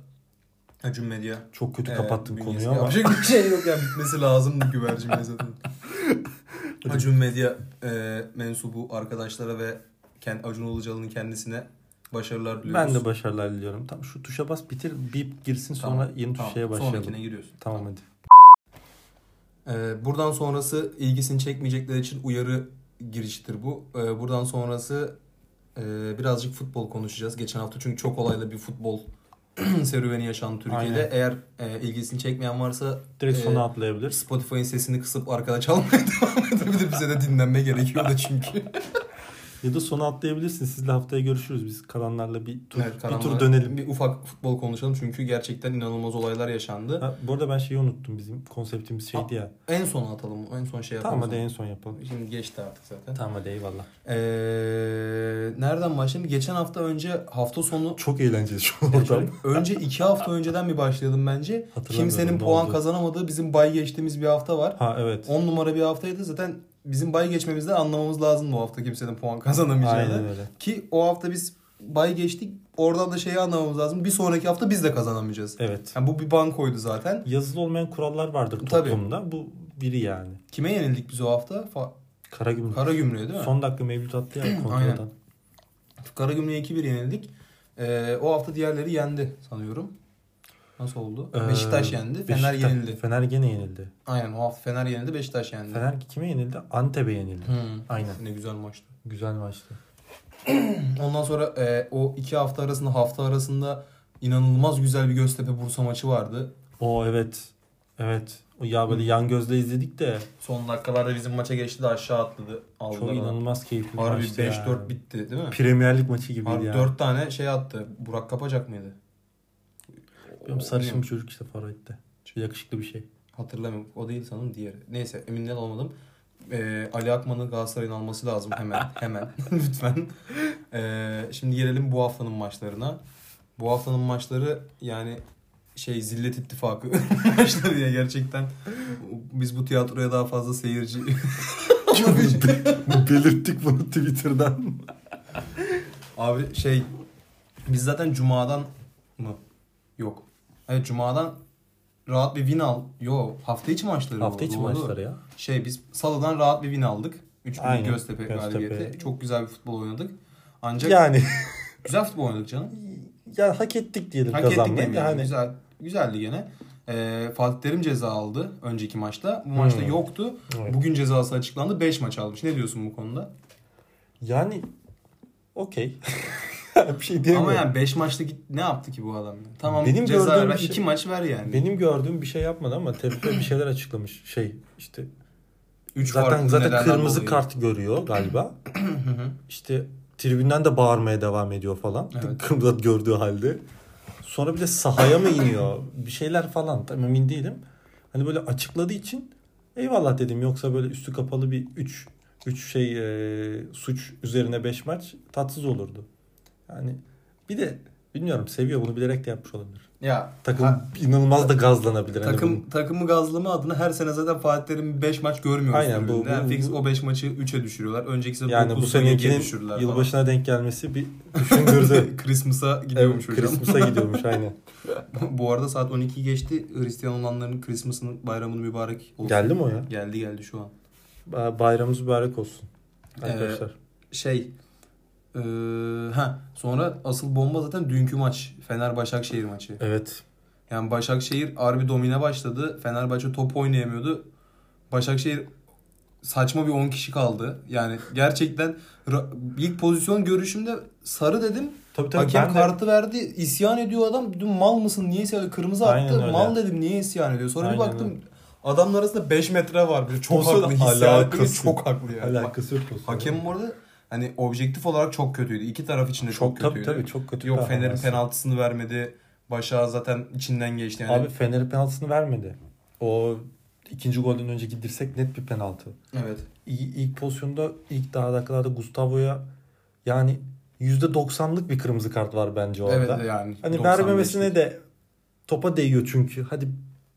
Acun Medya Çok kötü e, kapattım bünyesinde konuyu ama. Yapacak bir şey yok yani bitmesi lazımdı güvercin mezatının. Acun Medya e, mensubu arkadaşlara ve kend, Acun Ilıcalı'nın kendisine başarılar diliyoruz. Ben de başarılar diliyorum. Tam şu tuşa bas bitir bip girsin Tamam, sonra yeni tamam. tuşa başlayalım. Sonrakine giriyorsun. Tamam hadi. Ee, buradan sonrası ilgisini çekmeyecekler için uyarı giriştir bu. Ee, buradan sonrası e, birazcık futbol konuşacağız geçen hafta. Çünkü çok olaylı bir futbol serüveni yaşandı Türkiye'de. Aynen. Eğer e, ilgisini çekmeyen varsa Direkt e, sona atlayabilir. Spotify'ın sesini kısıp arkada çalmaya devam edebilir. Bize de dinlenme gerekiyor da çünkü. Ya da sona atlayabilirsin. Sizle haftaya görüşürüz. Biz kalanlarla bir tur, Evet, bir karanlığa tur dönelim. Bir ufak futbol konuşalım çünkü gerçekten inanılmaz olaylar yaşandı. Ha, bu arada ben şeyi unuttum. Bizim konseptimiz şeydi ya. En son atalım. En son şey yapalım. Tamam hadi en son yapalım. Şimdi geçti artık zaten. Tamam hadi eyvallah. Ee, nereden başlayayım? Geçen hafta önce hafta sonu Çok eğlenceli şu an ortam. önce iki hafta önceden bir başlayalım bence. Hatırlamıyorum, Kimsenin ne puan oldu? kazanamadığı bizim bay geçtiğimiz bir hafta var. Ha evet. 10 numara bir haftaydı. Zaten bizim bay geçmemizden anlamamız lazım bu hafta kimsenin puan kazanamayacağını. Aynen öyle. Ki o hafta biz bay geçtik. Oradan da şeyi anlamamız lazım. Bir sonraki hafta biz de kazanamayacağız. Evet. Yani bu bir bankoydu zaten. Yazılı olmayan kurallar vardır Tabii. toplumda. Bu biri yani. Kime yenildik biz o hafta? Fa- Karagümrük. Karagümrük'e değil mi? Son dakika Mevlüt attı ya Aynen. kontradan. Karagümrük'e 2-1 yenildik. Ee, o hafta diğerleri yendi sanıyorum. Nasıl oldu? Ee, Beşiktaş yendi. Fener Beşiktaş- yenildi. Fener gene yenildi. Aynen o hafta Fener yenildi. Beşiktaş yendi. Fener kime yenildi? Antep'e yenildi. Hmm. Aynen. Ne güzel maçtı. Güzel maçtı. Ondan sonra e, o iki hafta arasında hafta arasında inanılmaz güzel bir Göztepe Bursa maçı vardı. O evet. Evet. O ya böyle yan gözle izledik de Son dakikalarda bizim maça geçti de aşağı atladı. Aldılar çok onu. inanılmaz keyifli bir Harbi maçtı. 5-4 yani. bitti değil mi? Premier Lig maçı gibiydi Harbi yani. 4 tane şey attı. Burak Kapacak mıydı? Bilmiyorum, sarışın bir çocuk işte Faroit'te. Şu Yakışıklı bir şey. Hatırlamıyorum. O değil sanırım diğeri. Neyse eminler olmadım. Ee, Ali Akman'ı Galatasaray'ın alması lazım hemen. Hemen. Lütfen. Ee, şimdi gelelim bu haftanın maçlarına. Bu haftanın maçları yani şey zillet ittifakı maçları ya gerçekten. Biz bu tiyatroya daha fazla seyirci Belirttik bunu Twitter'dan. Abi şey biz zaten cumadan mı? Yok. Evet cumadan rahat bir win al. Yo hafta içi maçları. bu, Hafta içi doğru. maçları ya. Şey biz salıdan rahat bir win aldık. 3-1 Aynen, Göztepe, Göztepe. galibiyeti. Çok güzel bir futbol oynadık. Ancak Yani güzel futbol oynadık canım. ya hak ettik diyelim Hak ettik kazanmayı. demiyorum. Yani Güzel, güzeldi gene. Ee, Fatih Terim ceza aldı önceki maçta. Bu maçta Hmm. yoktu. Evet. Bugün cezası açıklandı. 5 maç almış. Ne diyorsun bu konuda? yani okey. bir şey diyemiyorum. Ama yani 5 maçta git ne yaptı ki bu adam? ya? Tamam Benim ceza gördüğüm ver. şey- 2 maç ver yani. Benim gördüğüm bir şey yapmadı ama TFF bir şeyler açıklamış. Şey işte Üç zaten farklı zaten nedenler kırmızı dolayı. kart görüyor galiba. işte tribünden de bağırmaya devam ediyor falan. Evet. Kırmızı kart gördüğü halde. Sonra bir de sahaya mı iniyor? Bir şeyler falan. Tam emin değilim. Hani böyle açıkladığı için eyvallah dedim. Yoksa böyle üstü kapalı bir 3 3 şey e, suç üzerine 5 maç tatsız olurdu. Yani bir de bilmiyorum seviyor bunu bilerek de yapmış olabilir. Ya Takım ha- inanılmaz da gazlanabilir. Hani takım takımı gazlama adına her sene zaten Fatih Terim 5 maç görmüyor. Aynen, Aynen bu- bu- fix o 5 maçı 3'e düşürüyorlar. Önceki sene Yani bu 9 sene senekinin düşürürler. yılbaşına denk gelmesi bir düşündürdü. Christmas'a gidiyormuş evet, hocam. Christmas'a gidiyormuş aynen. Bu arada saat 12'yi geçti. Hristiyan olanların Christmas'ın bayramını mübarek olsun. Geldi mi o ya? Geldi geldi şu an. Ba- Bayramımız mübarek olsun. Arkadaşlar. Şey ee, ha sonra asıl bomba zaten dünkü maç. Fener Başakşehir maçı. evet. Yani Başakşehir harbi domine başladı. Fenerbahçe top oynayamıyordu. Başakşehir saçma bir 10 kişi kaldı. Yani gerçekten ra- ilk pozisyon görüşümde sarı dedim. Tabii tabii Hakem ben de- kartı verdi. İsyan ediyor adam. Dün mal mısın? Niye isyan ediyor? Kırmızı Aynen attı. öyle. Mal dedim. Niye isyan ediyor? Sonra Aynen bir baktım adamın arasında 5 metre var. Bir Çok Olsa da haklı. Hissi alakası- çok haklı yani. alakası yok. olsun. Hakem orada hani objektif olarak çok kötüydü. İki taraf için de çok, çok, tabii kötüydü. tabii çok kötü. Yok Fener'in performans. penaltısını vermedi. Başak'a zaten içinden geçti. Yani. Abi Fener'e penaltısını vermedi. O ikinci golden önceki dirsek net bir penaltı. Evet. İ- İlk pozisyonda ilk daha dakikalarda Gustavo'ya yani %90'lık bir kırmızı kart var bence orada. Evet yani. Hani 95'lik. vermemesine de topa değiyor çünkü. Hadi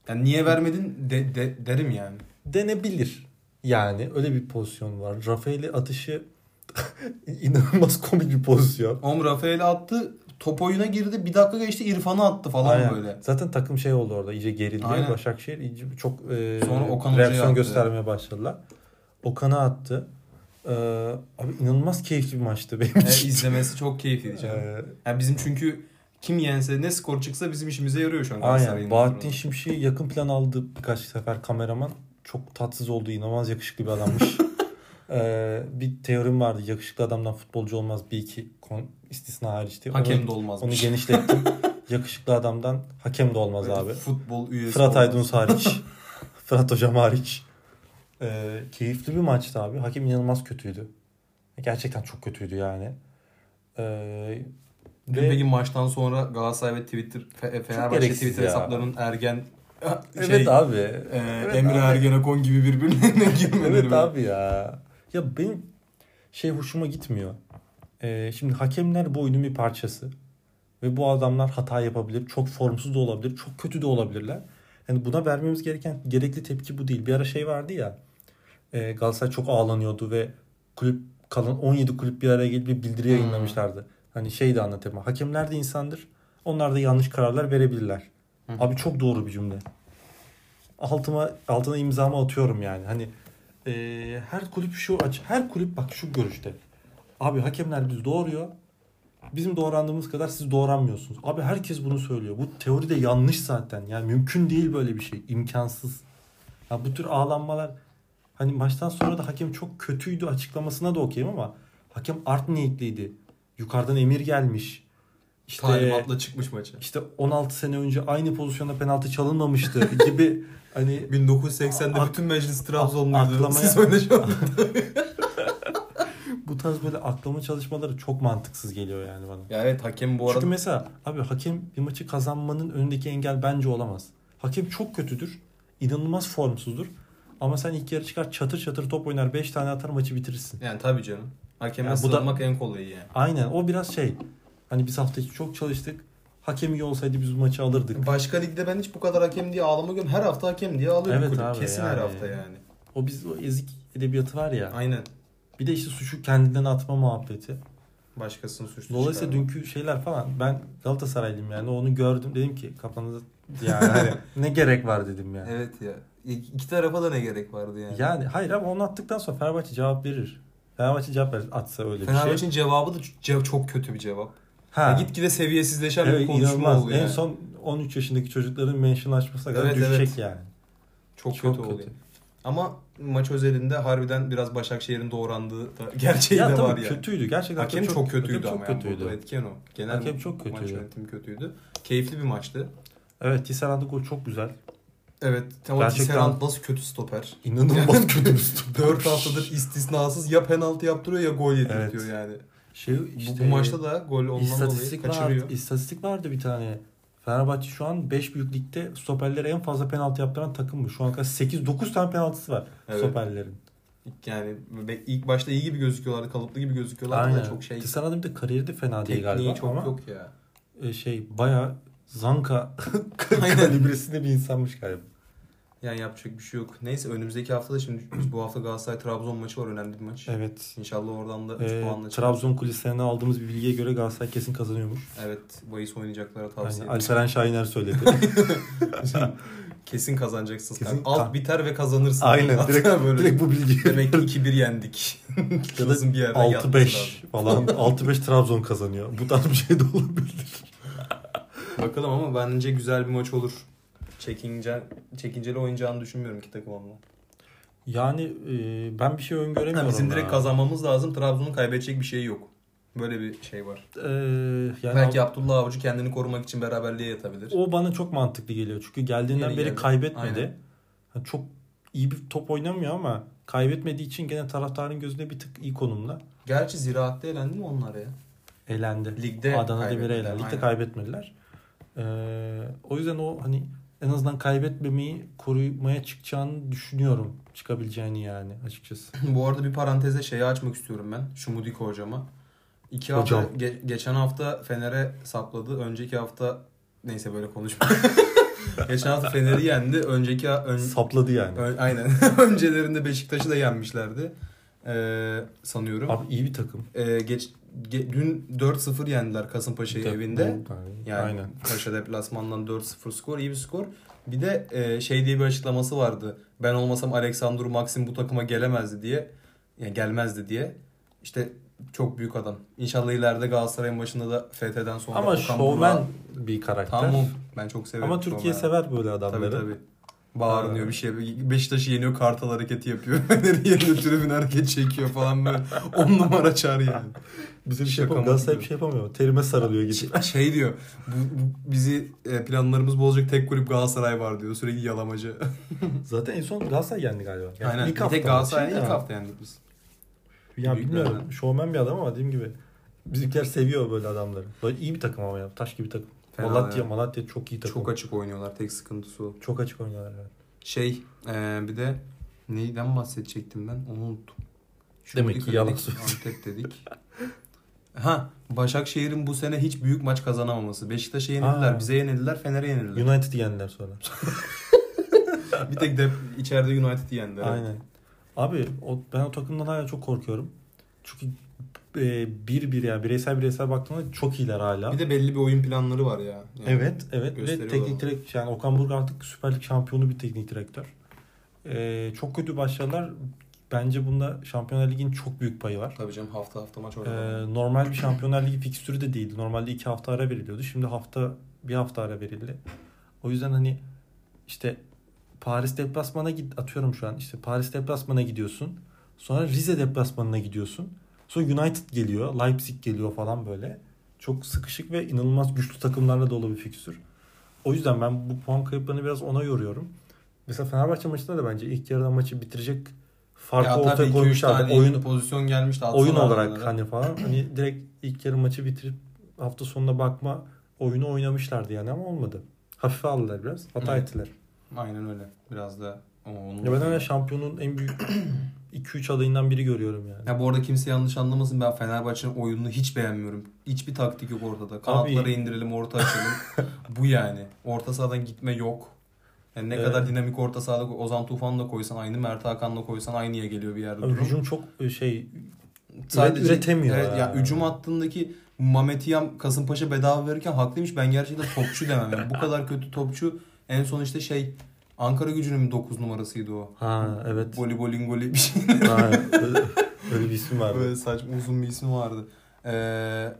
Yani niye vermedin de, de- derim yani. denebilir. Yani öyle bir pozisyon var. Rafael'e atışı inanılmaz komik bir pozisyon. Oğlum Rafael'i attı. Top oyuna girdi. Bir dakika geçti İrfan'ı attı falan Aynen. böyle. Zaten takım şey oldu orada. iyice gerildi. Aynen. Başakşehir iyice çok e, Sonra Okan Hoca'ya reaksiyon attı. göstermeye başladılar. Okan'a attı. Ee, abi inanılmaz keyifli bir maçtı benim E, için. izlemesi çok keyifliydi canım. Ee, Yani bizim çünkü kim yense ne skor çıksa bizim işimize yarıyor şu an. Galatasaray'ın aynen. Bahattin durumu. Şimşek'i yakın plan aldı birkaç sefer kameraman. Çok tatsız oldu. inanılmaz yakışıklı bir adammış. Ee, bir teorim vardı. Yakışıklı adamdan futbolcu olmaz. Bir iki kon- istisna hariç diye. Onu- Hakem de Onu olmazmış. genişlettim. Yakışıklı adamdan hakem de olmaz Evet, abi. Futbol üyesi Fırat olmaz. Aydınus hariç. Fırat hocam hariç. Ee, keyifli bir maçtı abi. Hakem inanılmaz kötüydü. Gerçekten çok kötüydü yani. Ee, Dün Ve- peki maçtan sonra Galatasaray ve Twitter, Fe- Fenerbahçe gereksiz Twitter ya. hesaplarının Ergen şey, evet abi. e, Evet Emre abi. Ergenekon gibi birbirlerine girmeleri. Evet böyle. abi ya. Ya benim şey hoşuma gitmiyor. Ee, şimdi hakemler bu oyunun bir parçası. Ve bu adamlar hata yapabilir. Çok formsuz da olabilir. Çok kötü de olabilirler. Yani buna vermemiz gereken gerekli tepki bu değil. Bir ara şey vardı ya. E, Galatasaray çok ağlanıyordu ve kulüp kalan 17 kulüp bir araya gelip bir bildiri yayınlamışlardı. Hani şey de anlatayım. Hakemler de insandır. Onlar da yanlış kararlar verebilirler. Abi çok doğru bir cümle. Altıma altına imzamı atıyorum yani. Hani e, her kulüp şu aç her kulüp bak şu görüşte. Abi hakemler biz doğuruyor. Bizim doğrandığımız kadar siz doğranmıyorsunuz. Abi herkes bunu söylüyor. Bu teori de yanlış zaten. Yani mümkün değil böyle bir şey. İmkansız. Ya bu tür ağlanmalar hani maçtan sonra da hakem çok kötüydü açıklamasına da okeyim ama hakem art niyetliydi. Yukarıdan emir gelmiş. İşte Talimatla çıkmış maça. işte 16 sene önce aynı pozisyonda penaltı çalınmamıştı gibi hani 1980'de Ak- bütün meclis aklamaya- Trabzonluydu. Siz öyle şu an. bu tarz böyle aklama çalışmaları çok mantıksız geliyor yani bana. Ya evet hakem bu arada Çünkü mesela abi hakem bir maçı kazanmanın önündeki engel bence olamaz. Hakem çok kötüdür. inanılmaz formsuzdur. Ama sen ilk yarı çıkar çatır çatır top oynar 5 tane atar maçı bitirirsin. yani tabii canım. Hakeme Ya bu da- sığınmak en kolayı yani. Aynen o biraz şey. Hani biz hafta içi çok çalıştık. Hakem iyi olsaydı biz bu maçı alırdık. Başka ligde ben hiç bu kadar hakem diye ağlama görüyorum. Her hafta hakem diye ağlıyor Evet kulüp. abi, Kesin her yani. hafta yani. O biz o ezik edebiyatı var ya. Aynen. Bir de işte suçu kendinden atma muhabbeti. Başkasının suçlu Dolayısıyla çıkarma. dünkü şeyler falan ben Galatasaraylıyım yani onu gördüm dedim ki kafanızı yani hani ne gerek var dedim yani. Evet ya. İ- İki tarafa da ne gerek vardı yani. Yani hayır ama onu attıktan sonra Fenerbahçe cevap verir. Fenerbahçe cevap verir atsa öyle bir şey. Fenerbahçe'nin cevabı da ç- cev- çok kötü bir cevap. Ha. Ya Gitgide seviyesizleşen bir evet, konuşma inanılmaz. oluyor. En yani. son 13 yaşındaki çocukların mentionlaşmasına kadar Evet, düşecek evet. yani. çok, çok kötü, kötü. oluyor. Ama maç özelinde harbiden biraz Başakşehir'in doğrandığı da- gerçeği ya Şey de tabii var yani. kötüydü. Gerçekten Hakem çok, kötüydü hakem ama çok yani kötüydü. burada etken o. Genel Hakem çok maç kötüydü. yönetimi kötüydü. Keyifli bir maçtı. Evet Tisserand'ın golü çok güzel. Evet. Tamam Gerçekten- Tisserand nasıl kötü stoper. İnanılmaz kötü bir stoper. 4 haftadır istisnasız ya penaltı yaptırıyor ya gol yedirtiyor yani. şey Bu- işte, bu, maçta da gol ondan dolayı İstatistik kaçırıyor. vardı, istatistik vardı bir tane. Fenerbahçe şu an 5 büyük ligde stoperlere en fazla penaltı yaptıran takım mı? Şu an kadar 8-9 tane penaltısı var Evet. stoperlerin. Yani be- ilk başta iyi gibi gözüküyorlardı, kalıplı gibi gözüküyorlardı Aynen. da çok şey. Tisserand'ın bir de kariyeri de fena değil Tekniği galiba çok ama yok ya. e, şey baya zanka Aynen. kalibresinde bir insanmış galiba. Yani yapacak bir şey yok. Neyse önümüzdeki hafta da şimdi biz bu hafta Galatasaray Trabzon maçı var önemli bir maç. Evet. İnşallah oradan da 3 E, puanla çıkar. Trabzon kulislerine aldığımız bir bilgiye göre Galatasaray kesin kazanıyormuş. Evet, bahis oynayacaklara Yani tavsiye Ali Seren Şahiner söyledi. ederim. Kesin kazanacaksınız. Kesin kanka. Alt kan- biter ve kazanırsınız. Aynen Hatta direkt, böyle. direkt bu bilgi. Demek ki 2-1 yendik. Ya da Şurasının bir yerden yatması 6-5 falan. 6-5 Trabzon kazanıyor. Bu tarz bir şey de olabilir. lazım. Bakalım ama bence güzel bir maç olur. Çekince, çekinceli oynayacağını düşünmüyorum iki takım ama. Yani e, ben bir şey öngöremiyorum. Yani Hani bizim direkt ya. kazanmamız lazım. Trabzon'un kaybedecek bir şeyi yok. Böyle bir şey var. E, yani Belki o- Abdullah Avcı kendini korumak için beraberliğe yatabilir. o bana çok mantıklı geliyor. Çünkü geldiğinden Yeni beri geldi. kaybetmedi. Aynen. Yani çok iyi bir top oynamıyor ama kaybetmediği için gene taraftarın gözünde bir tık iyi konumda. Gerçi Ziraat'ta elendi mi onlar ya? Elendi. Ligde Adana Demir'e kaybetmediler, elendi. Ligde aynen. kaybetmediler. Ee, o yüzden o hani en azından kaybetmemeyi korumaya çıkacağını düşünüyorum. Çıkabileceğini yani açıkçası. Bu arada bir paranteze şeyi açmak istiyorum ben. Şumudiko hocama. İki hafta, Hocam. ge- geçen hafta Fener'e sapladı. Önceki hafta neyse böyle konuşma. geçen hafta Fener'i yendi. Önceki ha- ön, Sapladı yani. ön- aynen. Öncelerinde Beşiktaş'ı da yenmişlerdi. Ee, sanıyorum. Abi iyi bir takım. Ee, geç, ge- dün 4-0 yendiler Kasımpaşa'yı Şey evinde. Yani Aynen. Paşa deplasmandan 4-0 skor iyi bir skor. Bir de e, şey diye bir açıklaması vardı. Ben olmasam Alexander Maxim bu takıma gelemezdi diye. Yani gelmezdi diye. İşte çok büyük adam. İnşallah ileride Galatasaray'ın başında da FT'den sonra Ama Okan şovmen Burak- bir karakter. Tamam oğlum. ben çok severim. Ama Türkiye şovmeni. sever böyle adamları. Tabii tabii. Bağırınıyor bir şey. yapıyor. Beşiktaş'ı yeniyor kartal hareketi yapıyor. Fener'i yeniyor tribün hareket çekiyor falan böyle. On numara çağır yani. Bizim şey Şaka yapamıyor. mı Galatasaray bir diyor? şey yapamıyor. Terime sarılıyor gidip. Şey- Şey diyor. Bu, bu- bizi e, planlarımız bozacak tek kulüp Galatasaray var diyor. Sürekli yalamacı. Zaten en son Galatasaray yendi galiba. Yani Aynen. ilk bir hafta tek Galatasaray'ın maçı ilk ya. hafta yendik biz. Ya Büyük bilmiyorum. bölümden. Şovmen bir adam ama dediğim gibi. Bizimkiler seviyor böyle adamları. Böyle iyi bir takım ama ya. Taş gibi takım. Fena Malatya, ya. Malatya çok iyi takım. Çok Çok, açık oynuyorlar. Tek sıkıntısı o. açık oynuyorlar yani. Şey e, bir de neyden bahsedecektim ben? Onu unuttum. Demek Şumdika ki yalan dedik, söylüyor. Antep dedik. Ha Başakşehir'in bu sene hiç büyük maç kazanamaması. Beşiktaş'a yenildiler, Aa. bize yenildiler, Fener'e yenildiler. United'i yendiler sonra. bir tek de içeride United'i yendiler. Aynen. Abi o, ben o takımdan hala çok korkuyorum. Çünkü e, bir bir yani bireysel bireysel baktığında çok iyiler hala. Bir de belli bir oyun planları var ya. Yani Evet, evet. Ve Gösteriyor teknik adamı. direkt yani Okan Buruk artık Süper Lig şampiyonu bir teknik direktör. Ee, çok kötü başladılar. Bence bunda Şampiyonlar Ligi'nin çok büyük payı var. Tabii canım hafta hafta maç Ee, oynuyor. normal bir Şampiyonlar Ligi fikstürü de değildi. Normalde iki hafta ara veriliyordu. Şimdi hafta bir hafta ara verildi. O yüzden hani işte Paris deplasmana git atıyorum şu an işte Paris deplasmana gidiyorsun. Sonra Rize deplasmanına gidiyorsun. Sonra United geliyor, Leipzig geliyor falan böyle. Çok sıkışık ve inanılmaz güçlü takımlarla dolu bir fikstür. O yüzden ben bu puan kayıplarını biraz ona yoruyorum. Mesela Fenerbahçe maçında da bence ilk yarıda maçı bitirecek farkı ya tabii ortaya 2-3 koymuşlardı. tane Oyun oyun, pozisyon gelmişti. atsana oyun olarak aralarına. hani falan hani direkt ilk yarı maçı bitirip hafta sonuna bakma oyunu oynamışlardı yani ama olmadı. Hafife aldılar biraz. Hata Evet. ettiler. Aynen öyle. Biraz da o- onun. Ya ben hala şampiyonun en büyük 2-3 adayından biri görüyorum yani. Ya bu arada kimse yanlış anlamasın ben Fenerbahçe'nin oyununu hiç beğenmiyorum. Hiçbir taktik yok ortada. Kanatları indirelim, orta açalım. bu yani. Orta sahadan gitme yok. Yani ne Evet. kadar dinamik orta sahada koy- Ozan Tufan'la koysan aynı, Mert Hakan'la koysan aynıya geliyor bir yerde. Abi durum. hücum çok e, şey üretemiyor Evet, ya. ya. hücum hattındaki Mametiyam Kasımpaşa bedava verirken haklıymış. Ben gerçekten topçu demem. Yani bu kadar kötü topçu en son işte şey Ankara gücünün 9 numarasıydı o. ha evet. Voleybolingoli bir şey. ha, öyle, öyle bir isim var. Böyle saçma uzun bir ismi vardı. Ee,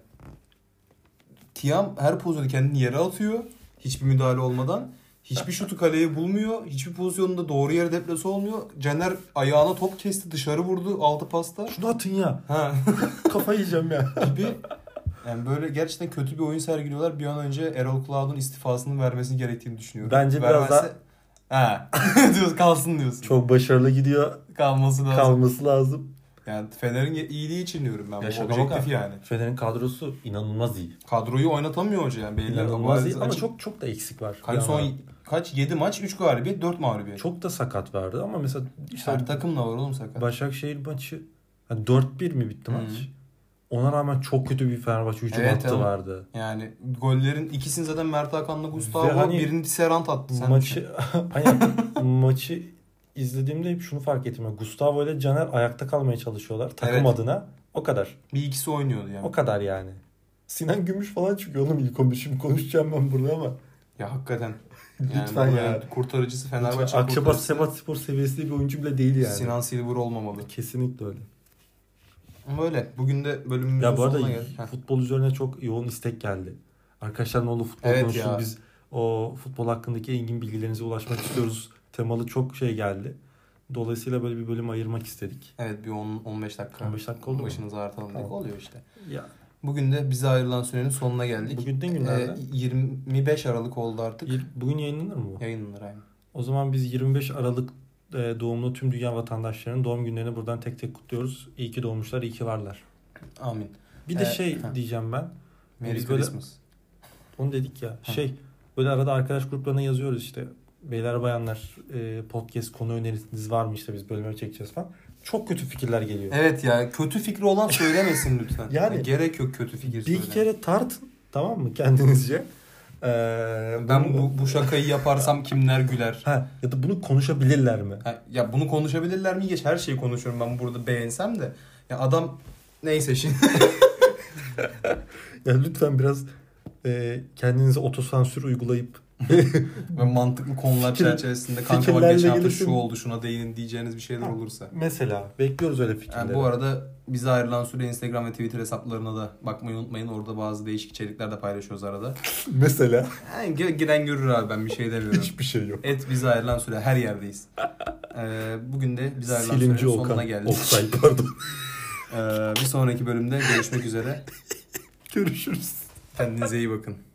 Tiam her pozisyonu kendini yere atıyor. Hiçbir müdahale olmadan. Hiçbir şutu kaleye bulmuyor. Hiçbir pozisyonunda doğru yere deplase olmuyor. Caner ayağına top kesti dışarı vurdu altı pasta. Şunu atın ya. Ha Kafayı yiyeceğim ya. gibi. Yani böyle gerçekten kötü bir oyun sergiliyorlar. Bir an önce Erol Cloud'un istifasını vermesini gerektiğini düşünüyorum. Bence biraz daha... diyorsun kalsın diyorsun. Çok başarılı gidiyor. Kalması lazım. Kalması lazım. Yani Fener'in iyiliği için diyorum ben. Ya bu şaka objektif maka. yani. Fener'in kadrosu inanılmaz iyi. Kadroyu oynatamıyor hoca yani. Belli İnanılmaz iyi Hani ama Açık- çok çok da eksik var. Kaç Yani son kaç 7 maç 3 galibiyet 4 mağlubiyet. çok da sakat vardı ama mesela işte Her takımla var oğlum sakat. Başakşehir maçı hani 4-1 mi bitti Hı. maç? Ona rağmen çok kötü bir Fenerbahçe hücum Evet, hattı evet. vardı. Yani gollerin ikisini zaten Mert Hakan'la Ve Gustavo, hani birini Serant attı. Sen düşün. maçı aynen maçı izlediğimde hep şunu fark ettim. Yani Gustavo ile Caner ayakta kalmaya çalışıyorlar takım Evet. adına. O kadar. bir ikisi oynuyordu yani. O kadar yani. Sinan Gümüş falan çıkıyor oğlum iyi konuşayım konuşacağım ben burada ama. Ya hakikaten. Lütfen bu ya. yani Kurtarıcısı Fenerbahçe Akçabat kurtarıcısı Sebatspor seviyesinde bir oyuncu bile değil yani. Sinan Silver olmamalı. Kesinlikle öyle. Ama Öyle. Bugün de bölümümüzün Ya bu arada sonuna geldik. Heh. futbol üzerine çok yoğun istek geldi. Arkadaşlar ne olur futbol Evet konuşun. ya. Biz o futbol hakkındaki engin bilgilerinize ulaşmak istiyoruz. Temalı çok şey geldi. Dolayısıyla böyle bir bölüm ayırmak istedik. Evet bir 10-15 dakika. 15 dakika oldu mu? Başınızı ağrıtalım dedik. Tamam. Oluyor işte. Ya Bugün de bize ayrılan sürenin sonuna geldik. bugün ne Ee, günlerde? 25 Aralık oldu artık. Yir- bugün yayınlanır mı bu? Yayınlanır aynı. O zaman biz 25 Aralık e, doğumlu tüm dünya vatandaşlarının doğum günlerini buradan tek tek kutluyoruz. İyi ki doğmuşlar, iyi ki varlar. Amin. Bir de Ee, şey ha. diyeceğim ben. Merry Biz böyle- Christmas. Onu dedik ya. Şey böyle arada arkadaş gruplarına yazıyoruz işte. Beyler bayanlar e, podcast konu öneriniz var mı işte biz bölüme çekeceğiz falan. Çok kötü fikirler geliyor. Evet ya kötü fikri olan söylemesin lütfen. Yani- gerek yok kötü fikir Bir söylemeye. kere tart tamam mı kendinizce? Ee, ben bunu- bu, bu şakayı yaparsam kimler güler? ha, ya da bunu konuşabilirler mi? Ha, ya bunu konuşabilirler mi? Geç her şeyi konuşuyorum ben burada beğensem de. Ya adam neyse şimdi. Ya lütfen biraz e, kendinize otosansür uygulayıp Ve mantıklı konular Fikir- çerçevesinde kanka bak fikirlerle geçen hafta gelirsin. şu oldu şuna değinin diyeceğiniz bir şeyler olursa. mesela bekliyoruz öyle fikirleri. Yani bu arada bize ayrılan süre Instagram ve Twitter hesaplarına da bakmayı unutmayın. Orada bazı değişik içerikler de paylaşıyoruz arada. mesela Yani gi- giren görür abi ben bir şey demiyorum. hiçbir şey yok. Et bize ayrılan süre her yerdeyiz. Ee, bugün de bize ayrılan Silinci sürenin sonuna Okan. geldik. Oksay pardon. Ee, bir sonraki bölümde görüşmek üzere. Görüşürüz. Kendinize iyi bakın.